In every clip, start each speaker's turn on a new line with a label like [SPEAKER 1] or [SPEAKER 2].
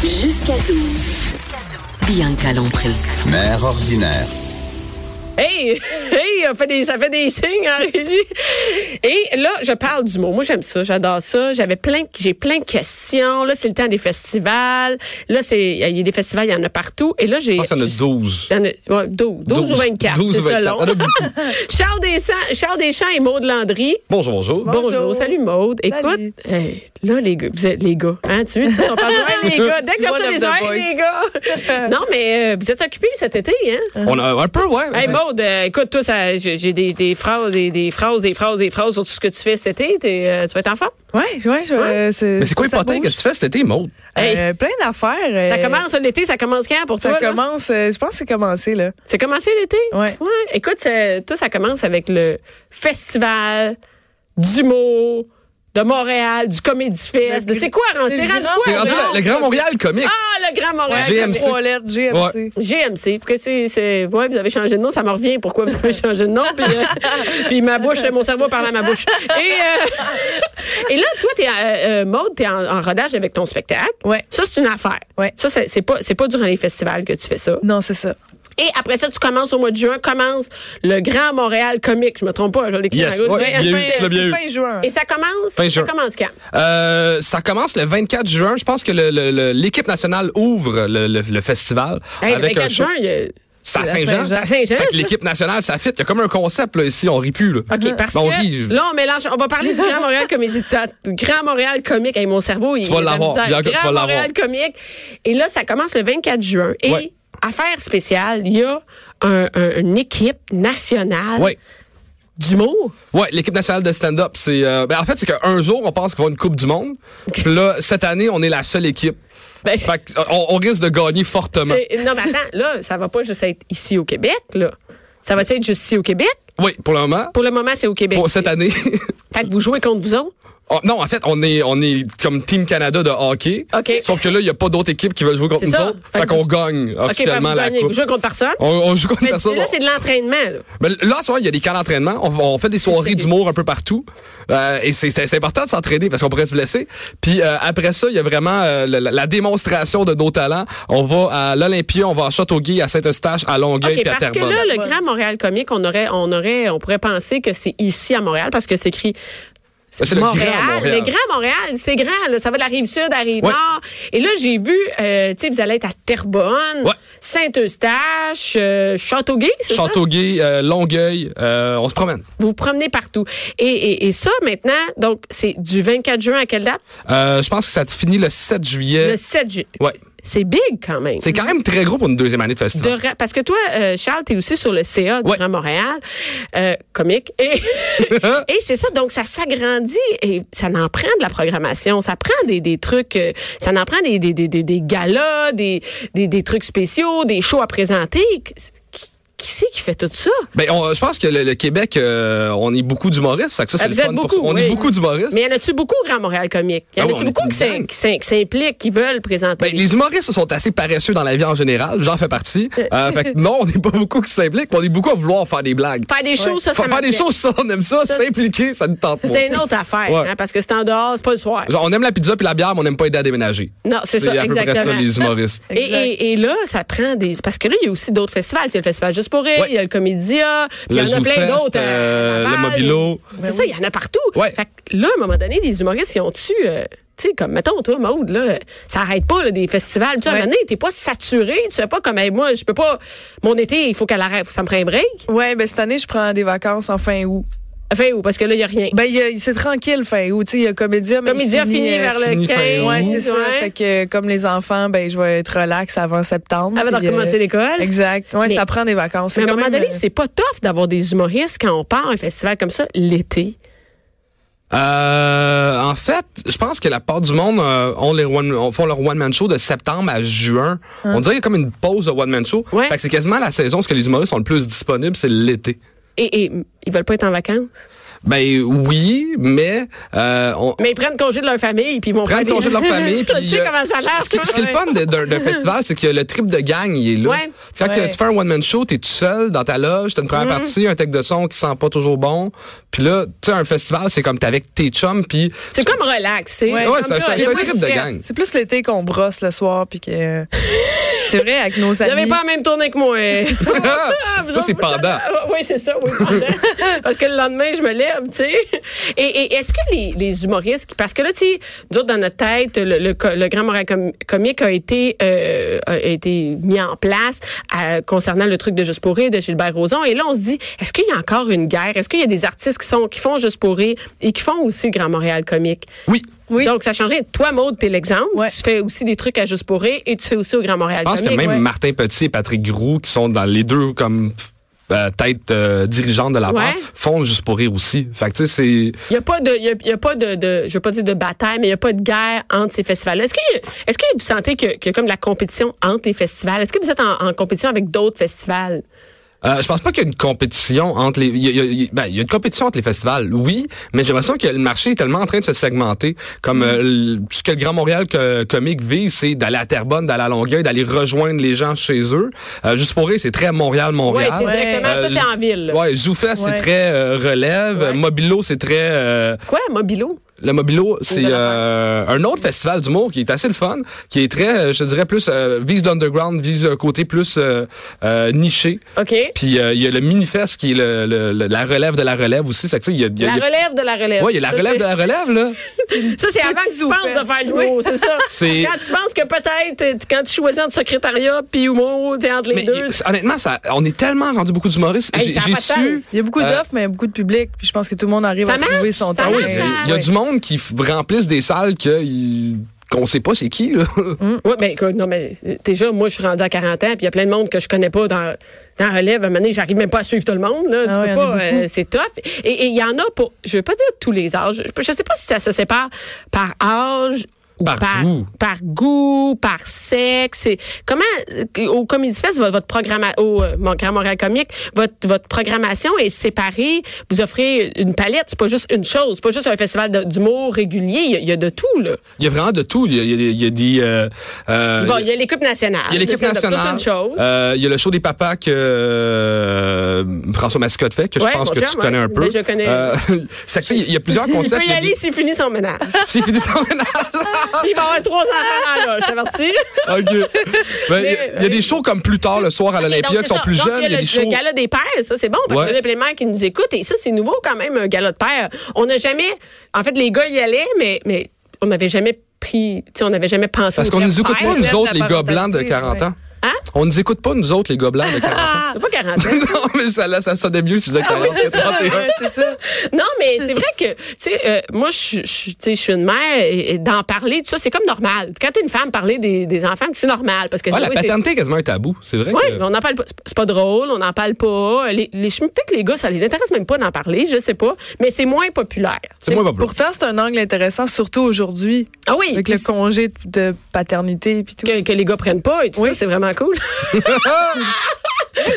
[SPEAKER 1] Jusqu'à 12. Bianca Lompré.
[SPEAKER 2] Mère ordinaire.
[SPEAKER 3] Hey, hey, on fait des, ça fait des signes en régie. Et là, je parle du mot. Moi, j'aime ça, j'adore ça. J'avais plein, j'ai plein de questions. Là, c'est le temps des festivals. Là, c'est, il y a des festivals, il y en a partout. Et là, j'ai.
[SPEAKER 4] Je pense qu'il y en a
[SPEAKER 3] je-
[SPEAKER 4] 12.
[SPEAKER 3] Il y en a- ouais, 12, 12 ou 24,
[SPEAKER 4] 12
[SPEAKER 3] c'est
[SPEAKER 4] ou Ah, 24.
[SPEAKER 3] selon.
[SPEAKER 4] Il y en a beaucoup.
[SPEAKER 3] Charles, Deschamps, Charles Deschamps et Maude Landry.
[SPEAKER 4] Bonjour, bonjour.
[SPEAKER 3] Bonjour.
[SPEAKER 5] Bonjour.
[SPEAKER 3] salut Maude. Écoute,
[SPEAKER 5] Salut.
[SPEAKER 3] hey, là les gars, vous êtes les gars, hein, tu veux, tu sais, on parle de- Hey, les gars, dès que
[SPEAKER 5] Tu
[SPEAKER 3] j'en
[SPEAKER 5] vois,
[SPEAKER 3] fais
[SPEAKER 5] Love
[SPEAKER 3] les
[SPEAKER 5] the
[SPEAKER 3] oreilles, les gars. non, mais euh, vous êtes occupés cet été, hein?
[SPEAKER 4] On a un peu, ouais.
[SPEAKER 3] Hey Maude, euh, écoute, toi, ça, j'ai j'ai des, des phrases, des, des phrases, des phrases, des phrases sur tout ce que tu fais cet été. T'es, euh, tu vas être en forme?
[SPEAKER 5] Ouais, ouais, je, euh,
[SPEAKER 4] mais c'est quoi les
[SPEAKER 5] ça
[SPEAKER 4] potins?
[SPEAKER 5] bouge.
[SPEAKER 4] Qu'est-ce que tu fais cet été, Maud?
[SPEAKER 3] Hey.
[SPEAKER 5] Euh, plein d'affaires. euh,
[SPEAKER 3] Ça commence l'été, ça commence quand pour toi?
[SPEAKER 5] Ça
[SPEAKER 3] là?
[SPEAKER 5] commence. euh, je pense que c'est commencé là.
[SPEAKER 3] C'est commencé l'été?
[SPEAKER 5] Ouais.
[SPEAKER 3] Écoute, ça- toi, ça commence avec le festival d'humour de Montréal, du Comédie Fest.
[SPEAKER 5] Le gr-
[SPEAKER 3] C'est quoi, Ron?
[SPEAKER 5] Ben, c'est
[SPEAKER 3] C'est
[SPEAKER 5] le
[SPEAKER 3] rendu
[SPEAKER 5] grand-
[SPEAKER 3] quoi?
[SPEAKER 4] C'est rendu
[SPEAKER 3] Ron?
[SPEAKER 4] le, le Grand Montréal comique.
[SPEAKER 3] Ah, le Grand Montréal.
[SPEAKER 4] Ouais, GMC.
[SPEAKER 5] Trois lettres GMC.
[SPEAKER 4] Ouais.
[SPEAKER 3] GMC. Pourquoi c'est, c'est- ouais, vous avez changé de nom, ça me revient. Pourquoi vous avez changé de nom? Puis, euh, puis ma bouche, mon cerveau parle à ma bouche. Et, euh, et là, toi, t'es, euh, euh, Maude, t'es en, en rodage avec ton spectacle.
[SPEAKER 5] Ouais.
[SPEAKER 3] Ça, c'est une affaire.
[SPEAKER 5] Ouais.
[SPEAKER 3] Ça, c'est, c'est pas, c'est pas durant les festivals que tu fais ça.
[SPEAKER 5] Non, c'est ça.
[SPEAKER 3] Et après ça, tu commences au mois de juin, commence le Grand Montréal Comique. Je me trompe pas, je l'ai écrit
[SPEAKER 4] Yes,
[SPEAKER 3] à gauche.
[SPEAKER 4] ouais,
[SPEAKER 3] Fin-
[SPEAKER 4] il y a eu-
[SPEAKER 3] fin-
[SPEAKER 4] tu l'as bien
[SPEAKER 5] C'est
[SPEAKER 4] eu.
[SPEAKER 5] fin juin.
[SPEAKER 3] Et ça commence?
[SPEAKER 4] Fin
[SPEAKER 3] ça
[SPEAKER 4] juin.
[SPEAKER 3] commence quand?
[SPEAKER 4] Euh, ça commence le 24 juin. Je pense que le- le- le- l'équipe nationale ouvre le, le- le festival
[SPEAKER 3] Hey,
[SPEAKER 4] avec
[SPEAKER 3] le
[SPEAKER 4] un
[SPEAKER 3] 24
[SPEAKER 4] show.
[SPEAKER 3] juin, il y a-
[SPEAKER 4] C'est à
[SPEAKER 5] à
[SPEAKER 4] Saint-Jean.
[SPEAKER 5] Saint-Jean.
[SPEAKER 3] À Saint-Jean,
[SPEAKER 4] Fait que
[SPEAKER 3] ça.
[SPEAKER 4] l'équipe nationale, ça fit. Il y a comme un concept là, ici, on rit plus. Là.
[SPEAKER 3] Ah, OK, parce
[SPEAKER 4] Ben, on
[SPEAKER 3] que
[SPEAKER 4] rit.
[SPEAKER 3] là, on mélange. On va parler du Grand Montréal Comédie. ta- Grand Montréal Comique. Hey, mon cerveau, il
[SPEAKER 4] Tu vas
[SPEAKER 3] il a de la
[SPEAKER 4] l'avoir.
[SPEAKER 3] misère.
[SPEAKER 4] Bianca, tu
[SPEAKER 3] Grand
[SPEAKER 4] vas l'avoir.
[SPEAKER 3] Montréal Comique. Et là, ça commence le 24 juin. Et
[SPEAKER 4] Ouais.
[SPEAKER 3] affaire spéciale, il y a un- un- une équipe nationale
[SPEAKER 4] Ouais.
[SPEAKER 3] d'humour.
[SPEAKER 4] Ouais, l'équipe nationale de stand-up, c'est euh, ben, en fait c'est qu'un jour on pense qu'on va une Coupe du monde. Puis là cette année, on est la seule équipe.
[SPEAKER 3] Ben,
[SPEAKER 4] Fait que, euh, on, on risque de gagner fortement.
[SPEAKER 3] c'est- non, mais attends, là, ça va pas juste être ici au Québec, là. Ça va être juste ici au Québec?
[SPEAKER 4] Oui, pour le moment.
[SPEAKER 3] Pour le moment, c'est au Québec.
[SPEAKER 4] Pour cette année.
[SPEAKER 3] Fait que vous jouez contre vous autres?
[SPEAKER 4] Oh, non, en fait, on est, on est comme Team Canada de hockey.
[SPEAKER 3] OK.
[SPEAKER 4] Sauf que là, il n'y a pas d'autres équipes qui veulent jouer contre
[SPEAKER 3] C'est
[SPEAKER 4] nous
[SPEAKER 3] ça.
[SPEAKER 4] autres.
[SPEAKER 3] Fait
[SPEAKER 4] Fait,
[SPEAKER 3] que
[SPEAKER 4] qu'on
[SPEAKER 3] vous-
[SPEAKER 4] gagne officiellement
[SPEAKER 3] OK, fait que vous
[SPEAKER 4] la
[SPEAKER 3] gagnez.
[SPEAKER 4] Coupe.
[SPEAKER 3] Vous jouez contre personne?
[SPEAKER 4] On, on joue contre
[SPEAKER 3] Mais
[SPEAKER 4] personne.
[SPEAKER 3] là, c'est de l'entraînement, là.
[SPEAKER 4] Mais là, en ce moment, il y a des camps d'entraînement. On, on fait des soirées
[SPEAKER 3] sérieux.
[SPEAKER 4] d'humour un peu partout. Euh, et c'est- c'est c'est important de s'entraîner parce qu'on pourrait se blesser. Puis euh, après ça, il y a vraiment euh, la, la démonstration de nos talents. On va à l'Olympia, on va à Châteauguay, à Saint-Eustache, à Longueuil,
[SPEAKER 3] OK,
[SPEAKER 4] puis à
[SPEAKER 3] parce que
[SPEAKER 4] Terrebonne.
[SPEAKER 3] là, le Grand Montréal Comique, on aurait, on aurait, on pourrait penser que c'est ici à Montréal parce que c'est écrit.
[SPEAKER 4] Ben, C'est le Grand Montréal.
[SPEAKER 3] Le Grand Montréal, c'est grand. là. Ça va de la rive sud à la rive
[SPEAKER 4] Ouais.
[SPEAKER 3] nord. Et là, j'ai vu, euh, tu sais, vous allez être à Terrebonne,
[SPEAKER 4] Ouais.
[SPEAKER 3] Saint-Eustache, euh, Châteauguay, c'est ça?
[SPEAKER 4] Châteauguay, euh, Longueuil, euh, on se promène.
[SPEAKER 3] Vous vous promenez partout. Et, et, et ça, maintenant, donc, c'est du 24 juin à quelle date?
[SPEAKER 4] Euh, je pense que ça te finit le 7 juillet.
[SPEAKER 3] Le 7 juin.
[SPEAKER 4] Euh, Ouais.
[SPEAKER 3] C'est big quand même.
[SPEAKER 4] C'est quand même très gros pour une deuxième année de
[SPEAKER 3] De
[SPEAKER 4] festival.
[SPEAKER 3] ra- parce que toi, euh, Charles, t'es aussi sur le CA du
[SPEAKER 4] Ouais.
[SPEAKER 3] Grand Montréal, euh, comique. Et, et c'est ça, donc ça s'agrandit et ça en prend de la programmation, ça prend des, des trucs, euh, ça en prend des, des, des, des, des galas, des, des, des trucs spéciaux, des shows à présenter. Qui, qui c'est qui fait tout ça?
[SPEAKER 4] Ben, on- je pense que le, le Québec, euh, on est beaucoup d'humoristes. Ça, fait que ça,
[SPEAKER 3] Ah,
[SPEAKER 4] c'est le
[SPEAKER 3] vous êtes
[SPEAKER 4] fun pour-
[SPEAKER 3] beaucoup,
[SPEAKER 4] On
[SPEAKER 3] oui.
[SPEAKER 4] est beaucoup d'humoristes.
[SPEAKER 3] Mais y en a-tu beaucoup au Grand Montréal comique? Y en
[SPEAKER 4] Ah oui,
[SPEAKER 3] a-tu
[SPEAKER 4] on est
[SPEAKER 3] beaucoup
[SPEAKER 4] une
[SPEAKER 3] qui s'in-
[SPEAKER 4] gang.
[SPEAKER 3] qui s'in- qui s'impliquent, qui veulent présenter?
[SPEAKER 4] Ben, les humoristes sont assez paresseux dans la vie en général. J'en fais partie. Euh, fait que non, on n'est pas beaucoup qui s'impliquent, mais on est beaucoup à vouloir faire des blagues.
[SPEAKER 3] Faire des shows, ça, ça
[SPEAKER 4] Fa- faire des
[SPEAKER 3] m'appelle.
[SPEAKER 4] choses, ça, on aime ça.
[SPEAKER 3] Ça-
[SPEAKER 4] S'impliquer, ça nous tente moins.
[SPEAKER 3] C'est une autre affaire,
[SPEAKER 4] Ouais.
[SPEAKER 3] hein, parce que c'est en dehors, c'est pas le soir.
[SPEAKER 4] Genre, on aime la pizza puis la bière, mais on n'aime pas aider à déménager.
[SPEAKER 3] Non, c'est ça,
[SPEAKER 4] à peu près ça,
[SPEAKER 3] exactement. Ah,
[SPEAKER 4] les humoristes.
[SPEAKER 3] Et, et- et là, ça prend des. Parce que là, il y a aussi d'autres festivals. C'est le Festival Juste pour Rire,
[SPEAKER 4] Ouais.
[SPEAKER 3] il y a le Comédia, puis il y
[SPEAKER 4] Le
[SPEAKER 3] en a
[SPEAKER 4] Zoo
[SPEAKER 3] plein
[SPEAKER 4] Fest,
[SPEAKER 3] d'autres. hein, à
[SPEAKER 4] euh,
[SPEAKER 3] Laval.
[SPEAKER 4] le Mobilo.
[SPEAKER 3] C'est
[SPEAKER 5] Ben
[SPEAKER 3] ça, il y en a partout.
[SPEAKER 4] Ouais.
[SPEAKER 3] Fait que là, à un moment donné, les humoristes, ils ont tu tu sais, comme, mettons, toi, Maude, là, ça arrête pas, là, des festivals. Tu sais, à un moment donné, t'es pas saturé. Tu sais pas comme, Hey, moi, je peux pas. Mon été, il faut qu'elle arrête. Ça me prend un break.
[SPEAKER 5] Ouais, ben cette année, je prends des vacances en fin août.
[SPEAKER 3] Enfin, ou parce que là, il y a rien.
[SPEAKER 5] Ben, il y a- c'est tranquille fin août. Tu sais, il y a Comédia, mais.
[SPEAKER 3] Comédia
[SPEAKER 5] il
[SPEAKER 3] fini,
[SPEAKER 5] euh,
[SPEAKER 3] vers le
[SPEAKER 4] fini fin
[SPEAKER 3] 15.
[SPEAKER 4] août.
[SPEAKER 5] Ouais, c'est ça.
[SPEAKER 3] Ouais.
[SPEAKER 5] Fait que, euh, comme les enfants, ben, je vais être relax avant septembre.
[SPEAKER 3] Avant de
[SPEAKER 5] puis, euh,
[SPEAKER 3] recommencer l'école.
[SPEAKER 5] Exact. Ouais,
[SPEAKER 3] Mais-
[SPEAKER 5] ça prend des vacances.
[SPEAKER 3] Mais à un
[SPEAKER 5] quand
[SPEAKER 3] moment
[SPEAKER 5] même,
[SPEAKER 3] donné,
[SPEAKER 5] euh,
[SPEAKER 3] c'est pas tough d'avoir des humoristes quand on part à un festival comme ça l'été.
[SPEAKER 4] Euh, en fait, je pense que la part du monde euh, ont les one, ont- font leur one-man show de septembre à juin. On dirait qu'il y a comme une pause de one-man show.
[SPEAKER 3] Hein. Ouais.
[SPEAKER 4] Fait que c'est quasiment la saison où ce que les humoristes sont le plus disponibles, c'est l'été.
[SPEAKER 3] Et, et mm, ils veulent pas être en vacances.
[SPEAKER 4] Ben oui, mais euh, on,
[SPEAKER 3] Mais ils prennent congé de leur famille, puis ils vont
[SPEAKER 4] prendre
[SPEAKER 3] faire des-
[SPEAKER 4] congé de leur famille.
[SPEAKER 3] Tu
[SPEAKER 4] puis,
[SPEAKER 3] sais
[SPEAKER 4] euh,
[SPEAKER 3] comment ça marche.
[SPEAKER 4] Ce qui, ce qui est le
[SPEAKER 3] Ouais.
[SPEAKER 4] fun de- d'un d'un festival, c'est que le trip de gang, il est là.
[SPEAKER 3] Ouais. Mm.
[SPEAKER 4] Quand que
[SPEAKER 5] Ouais.
[SPEAKER 4] tu fais un one-man show, t'es tout seul dans ta loge, t'as une première partie, un tech de son qui sent pas toujours bon. Puis là, tu sais, un festival, c'est comme t'es avec tes chums, puis...
[SPEAKER 3] C'est comme relax. C'est
[SPEAKER 4] Ouais,
[SPEAKER 3] comme
[SPEAKER 4] c'est un-
[SPEAKER 3] ça.
[SPEAKER 4] c'est un
[SPEAKER 3] Il y a
[SPEAKER 4] trip
[SPEAKER 3] moins
[SPEAKER 4] de
[SPEAKER 3] stress.
[SPEAKER 4] gang.
[SPEAKER 5] C'est plus l'été qu'on brosse le soir, puis que. euh, C'est vrai, avec nos
[SPEAKER 3] Vous
[SPEAKER 5] amis.
[SPEAKER 3] n'avez pas la même tournée que moi. Ah, vous
[SPEAKER 4] ça, c'est
[SPEAKER 3] autres, vous-
[SPEAKER 4] pendant.
[SPEAKER 3] Oui, c'est ça, oui, pendant. parce que le lendemain, je me lève, tu sais. Et, et est-ce que les, les humoristes, qui- parce que là, tu sais, nous autres, dans notre tête, le, le, co- le Grand Montréal Com- Comique a été, euh, a été mis en place euh, concernant le truc de Juste pour rire de Gilbert Rozon. Et là, on se dit, est-ce qu'il y a encore une guerre? Est-ce qu'il y a des artistes qui, sont, qui font Juste pour rire et qui font aussi le Grand Montréal Comique?
[SPEAKER 4] Oui.
[SPEAKER 5] Oui.
[SPEAKER 3] Donc, ça changerait. Toi, Maude, t'es l'exemple.
[SPEAKER 5] Ouais.
[SPEAKER 3] Tu fais aussi des trucs à Juste pour rire et tu fais aussi au Grand Montréal
[SPEAKER 4] Je pense que
[SPEAKER 3] Comique.
[SPEAKER 4] même
[SPEAKER 3] Ouais.
[SPEAKER 4] Martin Petit et Patrick Groux, qui sont dans les deux comme euh, têtes euh, dirigeantes de la
[SPEAKER 3] Ouais.
[SPEAKER 4] vente, font juste pour rire aussi. Fait que tu sais, c'est...
[SPEAKER 3] Il n'y a pas de, il y a, il y a pas de, de- je veux pas dire de bataille, mais il n'y a pas de guerre entre ces festivals. Est-ce que, est-ce que vous sentez que- qu'il y a comme de la compétition entre les festivals? Est-ce que vous êtes en, en compétition avec d'autres festivals?
[SPEAKER 4] Euh, je pense pas qu'il y a une compétition entre les. Il y a, il y a- il y a- ben, il y a une compétition entre les festivals, oui, mais j'ai l'impression que le marché est tellement en train de se segmenter. Comme
[SPEAKER 3] Mm.
[SPEAKER 4] euh, le- ce que le Grand Montréal co- comique vise, c'est d'aller à Terrebonne, d'aller à Longueuil, d'aller rejoindre les gens chez eux. Euh, juste pour eux, c'est très Montréal,
[SPEAKER 3] Oui,
[SPEAKER 4] Montréal.
[SPEAKER 3] c'est directement,
[SPEAKER 4] Euh,
[SPEAKER 3] Ah, ça, c'est en ville. là.
[SPEAKER 4] Ouais, Zoufest, c'est
[SPEAKER 5] Ouais.
[SPEAKER 4] très euh, relève.
[SPEAKER 3] Ouais.
[SPEAKER 4] Mobilo, c'est très euh,
[SPEAKER 3] Quoi, Mobilo?
[SPEAKER 4] le Mobilo, c'est
[SPEAKER 3] belle
[SPEAKER 4] euh, un autre festival d'humour qui est assez le fun, qui est très, euh, je te dirais, plus euh, vise l'underground, vise un côté plus euh, euh, niché.
[SPEAKER 3] OK.
[SPEAKER 4] Puis euh, il y a le Minifest qui est le, le- le- la relève de la relève aussi. Ça, fait que, tu sais, il y a, il y a-
[SPEAKER 3] La
[SPEAKER 4] il y a-
[SPEAKER 3] relève de la relève.
[SPEAKER 4] Ouais, il y a la
[SPEAKER 3] Ça,
[SPEAKER 4] relève de
[SPEAKER 3] c'est-
[SPEAKER 4] la relève, là.
[SPEAKER 3] Ça, c'est avant que tu
[SPEAKER 5] oufesse.
[SPEAKER 3] penses de faire l'humour, c'est ça.
[SPEAKER 4] C'est-
[SPEAKER 3] Quand tu penses que peut-être, euh, quand tu choisis entre secrétariat puis humour, t'es entre les
[SPEAKER 4] Mais
[SPEAKER 3] deux.
[SPEAKER 4] euh, honnêtement, ça, on est tellement rendu beaucoup d'humoristes.
[SPEAKER 3] Hey,
[SPEAKER 4] J'ai
[SPEAKER 3] ça a
[SPEAKER 4] j'ai
[SPEAKER 3] pas de
[SPEAKER 4] su.
[SPEAKER 3] sens.
[SPEAKER 5] Il y a beaucoup
[SPEAKER 4] Euh,
[SPEAKER 5] d'offres, mais il y a beaucoup de public, puis je pense que tout le monde arrive
[SPEAKER 3] Ça
[SPEAKER 5] à trouver
[SPEAKER 3] marche,
[SPEAKER 5] son
[SPEAKER 3] ça
[SPEAKER 5] temps.
[SPEAKER 4] Ah oui,
[SPEAKER 3] marche,
[SPEAKER 4] j'ai- il y a
[SPEAKER 3] Ouais.
[SPEAKER 4] du monde qui f- remplissent des salles que. ils- qu'on sait pas c'est qui là.
[SPEAKER 3] Oui, Mm-hmm. mais écoute, non, mais euh, déjà, moi, je suis rendue à 40 ans, puis il y a plein de monde que je connais pas dans, dans la relève. À un moment donné, j'arrive même pas à suivre tout le monde. Là.
[SPEAKER 5] Ah
[SPEAKER 3] tu
[SPEAKER 5] ouais,
[SPEAKER 3] peux
[SPEAKER 5] y en a
[SPEAKER 3] pas, euh, c'est tough. Et et il y en a pour, je veux pas dire tous les âges. Je, je sais pas si ça se sépare par âge. Ou
[SPEAKER 4] Par goût.
[SPEAKER 3] par goût, par sexe. Et comment euh, au Comedy Fest, votre, votre programme au euh, mon- Grand Montréal Comique, votre, votre programmation est séparée. Vous offrez une palette, c'est pas juste une chose, c'est pas juste un festival de- d'humour régulier. Il y a- il y, a de tout là.
[SPEAKER 4] Il y a vraiment de tout. Il y a, il y a- il y a des euh, euh,
[SPEAKER 3] Bon, il y a l'équipe nationale.
[SPEAKER 4] Il y a l'équipe
[SPEAKER 3] Ça, c'est
[SPEAKER 4] nationale.
[SPEAKER 3] une chose.
[SPEAKER 4] Euh, il y a le show des papas que euh, François Mascotte fait, que
[SPEAKER 3] Ouais,
[SPEAKER 4] je pense
[SPEAKER 3] mon
[SPEAKER 4] que
[SPEAKER 3] chum,
[SPEAKER 4] tu connais
[SPEAKER 3] ouais.
[SPEAKER 4] un peu. Euh,
[SPEAKER 3] Mais je connais.
[SPEAKER 4] c'est que, tu sais, il y a plusieurs
[SPEAKER 3] Il peut
[SPEAKER 4] concepts.
[SPEAKER 3] y
[SPEAKER 4] il y a
[SPEAKER 3] aller
[SPEAKER 4] des-
[SPEAKER 3] s'il finit son ménage.
[SPEAKER 4] C'est fini son ménage.
[SPEAKER 3] Il va avoir trois enfants là, je t'avertis.
[SPEAKER 4] OK. Ben, il y a- il y, a des shows comme plus tard le soir à
[SPEAKER 3] Donc,
[SPEAKER 4] l'Olympia
[SPEAKER 3] c'est
[SPEAKER 4] qui sont
[SPEAKER 3] ça.
[SPEAKER 4] plus
[SPEAKER 3] Donc,
[SPEAKER 4] jeunes. Il y a
[SPEAKER 3] le,
[SPEAKER 4] des shows.
[SPEAKER 3] le gala des pères, ça, c'est bon, parce
[SPEAKER 4] Ouais.
[SPEAKER 3] qu'il y a plein de mères qui nous écoutent. Et ça, c'est nouveau quand même, un gala de pères. On n'a jamais... En fait, les gars y allaient, mais, mais on n'avait jamais pris... Tu sais, on n'avait jamais pensé
[SPEAKER 4] Parce
[SPEAKER 3] au
[SPEAKER 4] qu'on
[SPEAKER 3] terme
[SPEAKER 4] nous écoute
[SPEAKER 3] père.
[SPEAKER 4] pas,
[SPEAKER 5] lève
[SPEAKER 4] nous autres,
[SPEAKER 5] la
[SPEAKER 4] les gobelins de
[SPEAKER 5] parentalité,
[SPEAKER 4] 40 ans.
[SPEAKER 3] Hein?
[SPEAKER 4] On nous écoute pas, nous autres, les gobelins de 40 ans.
[SPEAKER 3] Ah, T'as pas 40 ans.
[SPEAKER 4] non, mais ça, là, ça sonnait mieux si vous êtes 40
[SPEAKER 3] Ah c'est ça.
[SPEAKER 4] 31.
[SPEAKER 5] Ouais, c'est ça.
[SPEAKER 3] Non, mais c'est vrai que, tu sais, euh, moi, je je- tu sais, je suis une mère et, et d'en parler, tout ça, c'est comme normal. Quand t'es une femme, parler des, des enfants, c'est normal. Parce que,
[SPEAKER 4] Ouais, Ah, la
[SPEAKER 3] oui, c'est-
[SPEAKER 4] paternité est quasiment un tabou. C'est vrai
[SPEAKER 3] Oui,
[SPEAKER 4] que.
[SPEAKER 3] mais on n'en parle pas. C'est pas- C'est pas drôle, on n'en parle pas. Les, les, je- peut-être que les gars, ça les intéresse même pas d'en parler, je sais pas. Mais c'est moins populaire.
[SPEAKER 4] C'est moi, pas
[SPEAKER 5] Pourtant, c'est un angle intéressant, surtout aujourd'hui,
[SPEAKER 3] Ah oui,
[SPEAKER 5] avec le
[SPEAKER 3] puis
[SPEAKER 5] congé de- de paternité puis tout.
[SPEAKER 3] que, que les gars prennent pas et tout ça, c'est vraiment cool.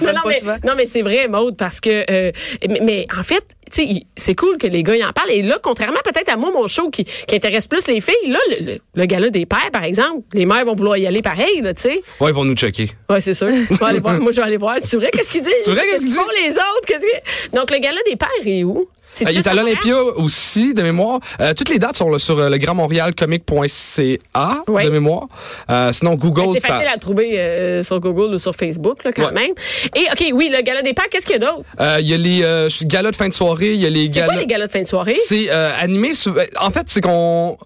[SPEAKER 3] non, non,
[SPEAKER 5] pas
[SPEAKER 3] mais,
[SPEAKER 5] souvent.
[SPEAKER 3] non, mais c'est vrai, Maude, parce que... euh, mais, mais en fait, tu sais, il- c'est cool que les gars y en parlent. Et là, contrairement peut-être à moi, mon show qui, qui intéresse plus les filles, là, le, le, le gala des pères, par exemple, les mères vont vouloir y aller pareil, là, tu sais.
[SPEAKER 4] Ouais, ils vont nous checker.
[SPEAKER 3] Oui, c'est sûr. Je vais aller voir. Moi, je vais aller voir. C'est vrai, qu'est-ce qu'ils disent?
[SPEAKER 4] C'est vrai, qu'est-ce qu'ils
[SPEAKER 3] qu'ils font les autres? Qu'est-ce que- Donc, le gala des pères est où? C'est
[SPEAKER 4] Ah, Il est
[SPEAKER 3] juste
[SPEAKER 4] à
[SPEAKER 3] en
[SPEAKER 4] l'Olympia aussi, de mémoire. Euh, toutes les dates sont là, sur euh, le grandmontréalcomique.ca,
[SPEAKER 3] Ouais.
[SPEAKER 4] de mémoire. Euh, sinon,
[SPEAKER 3] Mais
[SPEAKER 4] Google,
[SPEAKER 3] Ben, C'est
[SPEAKER 4] ça.
[SPEAKER 3] facile à trouver euh, sur Google ou sur Facebook, là, quand
[SPEAKER 4] Ouais.
[SPEAKER 3] même. Et, OK, oui, le gala des pères, qu'est-ce qu'il y a d'autre?
[SPEAKER 4] Euh, Il y a les euh, galas de fin de soirée, il y a les
[SPEAKER 3] C'est
[SPEAKER 4] galas.
[SPEAKER 3] quoi les galas de fin de soirée?
[SPEAKER 4] C'est euh, animé. sou- euh, En fait, c'est qu'on.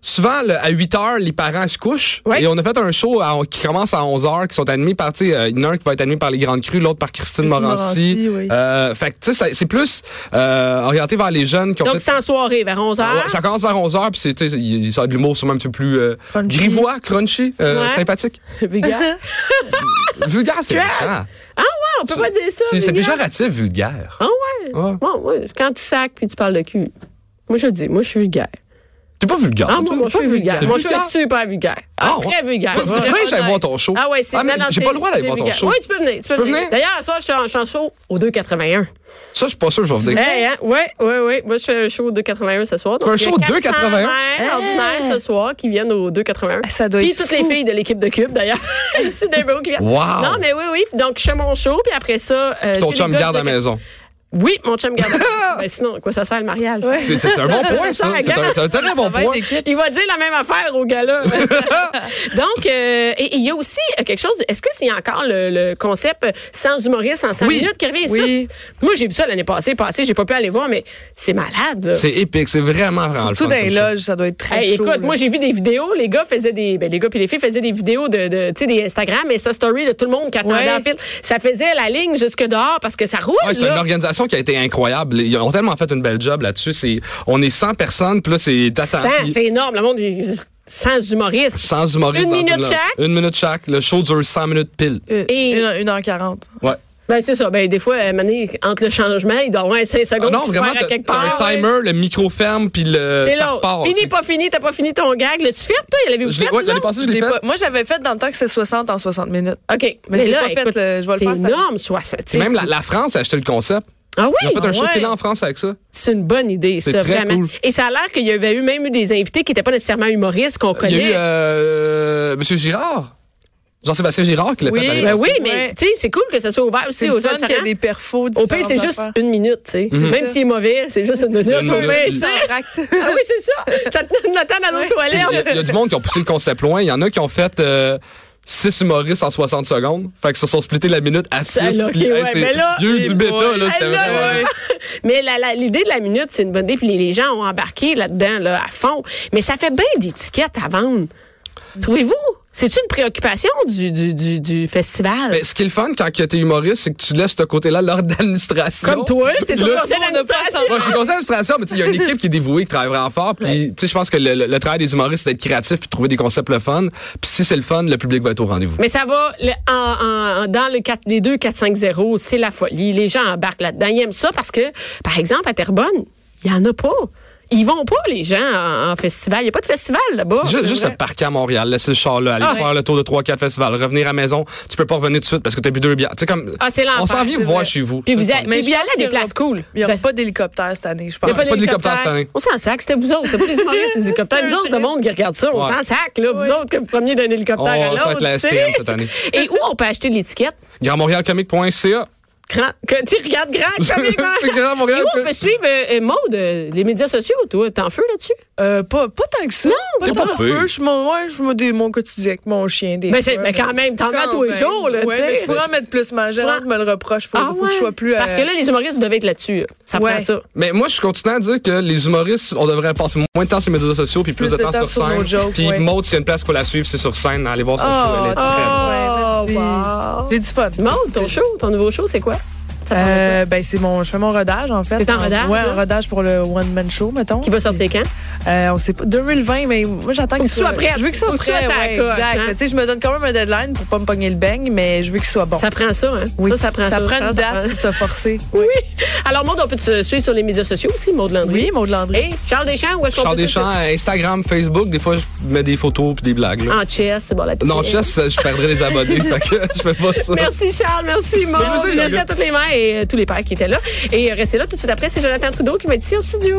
[SPEAKER 4] Souvent, le- à 8 heures, les parents se couchent.
[SPEAKER 3] Ouais.
[SPEAKER 4] Et on a fait un show à- qui commence à 11 heures, qui sont animés par, tu sais, euh, il y en a un qui va être animé par les Grandes Crues, l'autre par Christine,
[SPEAKER 5] Christine
[SPEAKER 4] Morancy.
[SPEAKER 5] Morancy, oui.
[SPEAKER 4] Euh, fait que, tu sais, ça- c'est plus euh, orienté vers les jeunes qui ont
[SPEAKER 3] Donc,
[SPEAKER 4] fait- Ah
[SPEAKER 3] c'est en soirée, vers 11 h.
[SPEAKER 4] Ouais, ça commence vers 11 heures, puis c'est, tu sais, il- il- ça a de l'humour sûrement un petit peu plus euh,
[SPEAKER 5] Crunchy.
[SPEAKER 4] grivois, crunchy, euh,
[SPEAKER 3] Ouais.
[SPEAKER 4] sympathique.
[SPEAKER 3] vulgaire.
[SPEAKER 4] Vulgaire, c'est méchant.
[SPEAKER 3] Ah, ouais, on peut pas dire ça.
[SPEAKER 4] C'est, c'est
[SPEAKER 3] vulgaire.
[SPEAKER 4] péjoratif, vulgaire.
[SPEAKER 3] Ah, ouais.
[SPEAKER 4] Ouais.
[SPEAKER 3] Bon, ouais. Quand tu sacs puis tu parles de cul. Moi, je le dis, moi, je suis vulgaire.
[SPEAKER 4] T'es pas vulgaire.
[SPEAKER 3] Ah,
[SPEAKER 4] Ah, toi?
[SPEAKER 3] moi, moi, je suis
[SPEAKER 4] T'es pas
[SPEAKER 3] vulgaire.
[SPEAKER 4] T'es
[SPEAKER 3] Moi, je
[SPEAKER 4] vulgaire?
[SPEAKER 3] suis super vulgaire. Ah,
[SPEAKER 4] Ah,
[SPEAKER 3] très
[SPEAKER 4] ouais.
[SPEAKER 3] vulgaire.
[SPEAKER 4] Toi, tu devrais
[SPEAKER 3] Vraiment
[SPEAKER 4] que j'aille voir ton show.
[SPEAKER 3] Ah, ouais, c'est
[SPEAKER 4] Ah, mais
[SPEAKER 3] non, non,
[SPEAKER 4] j'ai
[SPEAKER 3] t'es-
[SPEAKER 4] pas le droit d'aller
[SPEAKER 3] t'es
[SPEAKER 4] voir ton
[SPEAKER 3] vulgaire.
[SPEAKER 4] show.
[SPEAKER 3] Oui, tu peux venir. Tu peux
[SPEAKER 4] peux
[SPEAKER 3] venir.
[SPEAKER 4] venir?
[SPEAKER 3] D'ailleurs, ça, je suis en, je suis en show au 281.
[SPEAKER 4] Ça, je suis pas sûr que je vais venir.
[SPEAKER 3] Hey, hein? Ouais, ouais, ouais. Moi, je fais un show au 281 ce soir.
[SPEAKER 4] fais un
[SPEAKER 3] Donc, il y a
[SPEAKER 4] show au
[SPEAKER 3] 400
[SPEAKER 4] 281?
[SPEAKER 3] mères ordinaires ce soir qui viennent au 281.
[SPEAKER 5] Ah, ça doit
[SPEAKER 3] Puis
[SPEAKER 5] être
[SPEAKER 3] toutes
[SPEAKER 5] fou.
[SPEAKER 3] les filles de l'équipe de Cube, d'ailleurs, ici d'un bureau qui viennent.
[SPEAKER 4] Wow.
[SPEAKER 3] Non, mais oui, oui. Donc, je fais mon show, puis après ça. euh,
[SPEAKER 4] Ton
[SPEAKER 3] tu sais,
[SPEAKER 4] chum
[SPEAKER 3] les gars
[SPEAKER 4] garde à
[SPEAKER 3] du
[SPEAKER 4] la maison.
[SPEAKER 3] Oui, mon chum garde. ben, sinon, à quoi ça sert le mariage?
[SPEAKER 4] C'est c'est un bon point,
[SPEAKER 3] Ça, ça
[SPEAKER 4] ça. C'est un- C'est un très bon
[SPEAKER 5] va être
[SPEAKER 4] point.
[SPEAKER 5] des clips.
[SPEAKER 3] Il va dire la même affaire au gars-là. Donc, euh, et- et il y a aussi euh, quelque chose. de- Est-ce que c'est encore le, le concept euh, sans humoriste en 100
[SPEAKER 4] Oui.
[SPEAKER 3] minutes qui revient? Ça,
[SPEAKER 5] Oui.
[SPEAKER 3] c'est- moi, j'ai vu ça l'année passée. Passée, j'ai pas pu aller voir, mais c'est malade. là.
[SPEAKER 4] C'est épique. C'est vraiment, vraiment le
[SPEAKER 5] Surtout
[SPEAKER 4] fun
[SPEAKER 5] dans
[SPEAKER 4] comme
[SPEAKER 5] les
[SPEAKER 4] ça.
[SPEAKER 5] loges, ça doit être très
[SPEAKER 3] Hey,
[SPEAKER 5] chaud.
[SPEAKER 3] écoute,
[SPEAKER 5] là.
[SPEAKER 3] moi j'ai vu des vidéos, les gars faisaient des ben, les gars puis les filles faisaient des vidéos de, de tu sais des Instagram et ça story de tout le monde qui attendait
[SPEAKER 5] Ouais.
[SPEAKER 3] en file. Ça faisait la ligne jusque dehors parce que ça roule
[SPEAKER 4] Ouais, c'est
[SPEAKER 3] là.
[SPEAKER 4] une organisation qui a été incroyable. Ils ont tellement fait une belle job là-dessus. C'est, on est 100 personnes, puis là, c'est t'attends-
[SPEAKER 3] Sans-
[SPEAKER 4] il-
[SPEAKER 3] C'est énorme, le monde il- sans humoriste.
[SPEAKER 4] sans humoriste.
[SPEAKER 3] Une
[SPEAKER 4] dans
[SPEAKER 3] minute
[SPEAKER 4] loge.
[SPEAKER 3] chaque?
[SPEAKER 4] Une minute chaque. Le show dure 100 minutes pile.
[SPEAKER 5] Euh,
[SPEAKER 3] Et-
[SPEAKER 5] une heure- une heure quarante.
[SPEAKER 4] Ouais.
[SPEAKER 3] Ben, c'est ça. Ben, des fois, euh, Mané, entre le changement, il doit avoir 5
[SPEAKER 4] Ah
[SPEAKER 3] secondes
[SPEAKER 4] non,
[SPEAKER 3] qui se
[SPEAKER 4] vraiment,
[SPEAKER 3] perd à
[SPEAKER 4] t'as,
[SPEAKER 3] quelque
[SPEAKER 4] t'as
[SPEAKER 3] part.
[SPEAKER 4] un timer, le micro ferme, puis le.
[SPEAKER 3] C'est
[SPEAKER 4] ça
[SPEAKER 3] long.
[SPEAKER 4] repart.
[SPEAKER 3] Fini,
[SPEAKER 4] C'est-
[SPEAKER 3] pas fini, t'as pas fini ton gag. L'as-tu fait, toi? Il l'avait
[SPEAKER 4] Je l'ai, ouais, l'année passée, je
[SPEAKER 5] Je
[SPEAKER 4] l'ai
[SPEAKER 5] l'ai
[SPEAKER 4] fait.
[SPEAKER 5] pas- Moi, j'avais fait dans le temps que c'est 60 en 60 minutes.
[SPEAKER 3] OK.
[SPEAKER 5] Mais
[SPEAKER 3] Mais
[SPEAKER 5] je l'ai
[SPEAKER 3] là,
[SPEAKER 5] pas fait,
[SPEAKER 3] écoute,
[SPEAKER 4] euh,
[SPEAKER 5] le- je vais le
[SPEAKER 3] c'est
[SPEAKER 5] faire cette année.
[SPEAKER 3] énorme, 60. tu sais,
[SPEAKER 4] Même la,
[SPEAKER 3] c'est-
[SPEAKER 4] la France a acheté le concept.
[SPEAKER 3] Ah
[SPEAKER 4] Ils ont
[SPEAKER 3] oui?
[SPEAKER 4] fait un show
[SPEAKER 5] ouais.
[SPEAKER 4] télé en France avec ça.
[SPEAKER 3] C'est une bonne idée,
[SPEAKER 4] C'est
[SPEAKER 3] ça,
[SPEAKER 4] très
[SPEAKER 3] vraiment.
[SPEAKER 4] cool.
[SPEAKER 3] Et ça a l'air qu'il y avait eu même eu des invités qui n'étaient pas nécessairement humoristes, qu'on
[SPEAKER 4] Il y a
[SPEAKER 3] connaît.
[SPEAKER 4] eu euh, Monsieur Girard. Jean-Sébastien Girard qui l'a
[SPEAKER 5] Oui,
[SPEAKER 4] fait. l'année
[SPEAKER 3] Ben
[SPEAKER 4] passée.
[SPEAKER 3] oui,
[SPEAKER 5] Ouais.
[SPEAKER 3] mais tu sais, c'est cool que ça soit ouvert aussi
[SPEAKER 5] C'est
[SPEAKER 3] aux
[SPEAKER 5] le
[SPEAKER 3] gens
[SPEAKER 5] fun
[SPEAKER 3] de
[SPEAKER 5] qu'il y a
[SPEAKER 3] Saran.
[SPEAKER 5] des perfos
[SPEAKER 3] Au pire, c'est juste une minute, tu sais. Même
[SPEAKER 5] ça.
[SPEAKER 3] s'il est mauvais, c'est juste une minute.
[SPEAKER 4] Mhm. une
[SPEAKER 3] Au
[SPEAKER 4] minute.
[SPEAKER 3] pire,
[SPEAKER 4] Il
[SPEAKER 3] c'est- Ah oui, c'est ça. Ça te Nathan à l'autre
[SPEAKER 4] Il y, a, il y a
[SPEAKER 3] toilette.
[SPEAKER 4] du monde qui ont poussé le concept loin. Il y en a qui ont fait 6 humoristes en 60 secondes. Fait que se sont splittés la minute à 6.
[SPEAKER 3] Ça, là, ok, ouais, mais là,
[SPEAKER 4] il y a eu
[SPEAKER 3] les
[SPEAKER 4] du bêta,
[SPEAKER 3] boys,
[SPEAKER 4] là. C'était
[SPEAKER 3] elle l'a,
[SPEAKER 4] vraiment-
[SPEAKER 3] ouais. Mais la- la- l'idée de la minute, c'est une bonne idée. Puis les, les gens ont embarqué là-dedans, là, à fond. Mais ça fait bien des tickets à vendre. Trouvez-vous? C'est une préoccupation du, du, du, du festival?
[SPEAKER 4] Mais ce qui est le fun quand que t'es humoriste, c'est que tu laisses ce côté-là lors d'administration.
[SPEAKER 3] Comme toi, c'est ton
[SPEAKER 4] Là,
[SPEAKER 3] conseil d'administration.
[SPEAKER 4] Moi, je suis conseiller d'administration, mais tu sais, il y a une équipe qui est dévouée, qui travaille vraiment fort. Puis, tu sais, je pense que le, le- le travail des humoristes, c'est d'être créatif puis de trouver des concepts le fun. Puis, si c'est le fun, le public va être au rendez-vous.
[SPEAKER 3] Mais ça va le- en- en- en- dans le 4, les deux 4-5-0, c'est la folie. Les gens embarquent là-dedans. Ils aiment ça parce que, par exemple, à Terrebonne, il n'y en a pas. Ils vont pas, les gens, en, en festival. Il n'y a pas de festival là-bas.
[SPEAKER 4] Ju- juste se parquer à Montréal, laisser le char là, aller
[SPEAKER 3] Ah,
[SPEAKER 4] faire le tour de 3-4 festivals, revenir à la maison. Tu peux pas revenir tout de suite parce que t'as bu deux bières. Tu sais, comme.
[SPEAKER 3] Ah, c'est l'enfer,
[SPEAKER 4] On s'en vient
[SPEAKER 3] c'est
[SPEAKER 4] voir
[SPEAKER 3] vrai.
[SPEAKER 4] chez vous.
[SPEAKER 3] Puis vous
[SPEAKER 4] C'est
[SPEAKER 3] allez-
[SPEAKER 4] le fun.
[SPEAKER 3] Mais
[SPEAKER 5] je
[SPEAKER 3] puis
[SPEAKER 5] pense
[SPEAKER 3] aller à
[SPEAKER 5] qu'il
[SPEAKER 3] des
[SPEAKER 5] y aura-
[SPEAKER 3] places cool.
[SPEAKER 5] Il n'y
[SPEAKER 3] Vous
[SPEAKER 5] aura
[SPEAKER 3] avez-
[SPEAKER 5] pas d'hélicoptère cette année, je pense.
[SPEAKER 3] Il n'y a pas
[SPEAKER 4] Pas d'hélicoptère
[SPEAKER 3] d'hélicoptère.
[SPEAKER 4] cette année.
[SPEAKER 3] On s'en sac, c'était vous autres. C'est pas les humoristes, les hélicoptères. Nous autres, le monde qui regarde ça, on
[SPEAKER 4] Ouais.
[SPEAKER 3] s'en sac, là. Vous autres, que vous preniez d'un hélicoptère
[SPEAKER 4] On-
[SPEAKER 3] à l'autre.
[SPEAKER 4] ça va être la
[SPEAKER 3] tu sais.
[SPEAKER 4] STM cette année.
[SPEAKER 3] Et où on peut acheter l'étiquette?
[SPEAKER 4] GrandMontréalComique.ca.
[SPEAKER 3] Grand, que tu regardes grand comme
[SPEAKER 4] C'est Grand Montréal.
[SPEAKER 3] Et où on peut suivre euh, euh, Maude, euh, les médias sociaux, toi? T'es en feu là-dessus?
[SPEAKER 5] Euh, pas, pas tant que ça.
[SPEAKER 4] t'es
[SPEAKER 5] pas tant
[SPEAKER 4] pas
[SPEAKER 5] que feu.
[SPEAKER 4] pire.
[SPEAKER 5] Je me ouais, je me dis mon quotidien avec mon chien. Des
[SPEAKER 3] Mais, Ben, c'est,
[SPEAKER 5] fois,
[SPEAKER 3] mais quand même, t'en mets à tous les
[SPEAKER 5] même.
[SPEAKER 3] jours, là,
[SPEAKER 5] Ouais,
[SPEAKER 3] tu
[SPEAKER 5] mais
[SPEAKER 3] sais. Ah
[SPEAKER 5] Je pourrais en mettre plus. Ma gérante me le reproche. Faut, faut que je sois plus.
[SPEAKER 3] Parce
[SPEAKER 5] euh,
[SPEAKER 3] que là, les humoristes devaient être là-dessus. là. Ça
[SPEAKER 5] Ouais.
[SPEAKER 3] prend ça.
[SPEAKER 4] Mais moi, je continue à dire que les humoristes, on devrait passer moins de temps sur les médias sociaux puis plus,
[SPEAKER 5] Plus de temps
[SPEAKER 4] sur
[SPEAKER 5] sur nos
[SPEAKER 4] scène.
[SPEAKER 5] jokes,
[SPEAKER 4] puis
[SPEAKER 5] ouais.
[SPEAKER 4] Maud, s'il y a une place pour la suivre, c'est sur scène. Allez voir son
[SPEAKER 3] Ah,
[SPEAKER 4] show, elle est très bonne.
[SPEAKER 5] Oh,
[SPEAKER 3] très bonne.
[SPEAKER 5] ouais, merci. J'ai du fun.
[SPEAKER 3] Maude, ton show, ton nouveau show, c'est quoi? Ça parle de
[SPEAKER 5] Euh, ben c'est mon, je fais mon rodage en fait.
[SPEAKER 3] T'es en rodage,
[SPEAKER 5] Ouais,
[SPEAKER 3] là?
[SPEAKER 5] en rodage pour le one man show mettons.
[SPEAKER 3] quoi? Qui va sortir quand?
[SPEAKER 5] Euh, on sait pas 2020 mais moi j'attends
[SPEAKER 3] Faut
[SPEAKER 5] qu'il
[SPEAKER 3] que tu sois prête.
[SPEAKER 5] Je veux qu'il soit
[SPEAKER 3] Faut que tu sois
[SPEAKER 5] prêt.
[SPEAKER 3] sur la
[SPEAKER 5] ouais,
[SPEAKER 3] coche,
[SPEAKER 5] exact.
[SPEAKER 3] hein.
[SPEAKER 5] Mais Tu sais, je me donne quand même un deadline pour pas me pogner le beigne, mais je veux qu'il soit bon.
[SPEAKER 3] Ça prend ça, hein?
[SPEAKER 5] Oui.
[SPEAKER 3] Ça, ça prend ça.
[SPEAKER 5] prend
[SPEAKER 3] ça
[SPEAKER 5] une date
[SPEAKER 3] prend-
[SPEAKER 5] pour te forcer.
[SPEAKER 3] Oui. Alors, Maude, on peut te suivre sur les médias sociaux aussi, Maude Landry?
[SPEAKER 5] Oui, Maud Landry.
[SPEAKER 3] Et Charles Deschamps, où est-ce qu'on
[SPEAKER 4] Charles
[SPEAKER 3] peut se-
[SPEAKER 4] Deschamps, euh, Instagram, Facebook, des fois, je mets des photos puis des blagues. là.
[SPEAKER 3] En chess, Ah, c'est bon, la piscine.
[SPEAKER 4] Non, tu sais, je perdrais les abonnés, fait que je fais pas ça.
[SPEAKER 3] Merci Charles, merci Maud.
[SPEAKER 4] Merci,
[SPEAKER 3] Merci à
[SPEAKER 4] Charles.
[SPEAKER 3] toutes les mères et euh, tous les pères qui étaient là. Et euh, restez là tout de suite après, c'est Jonathan Trudeau qui va être ici en studio.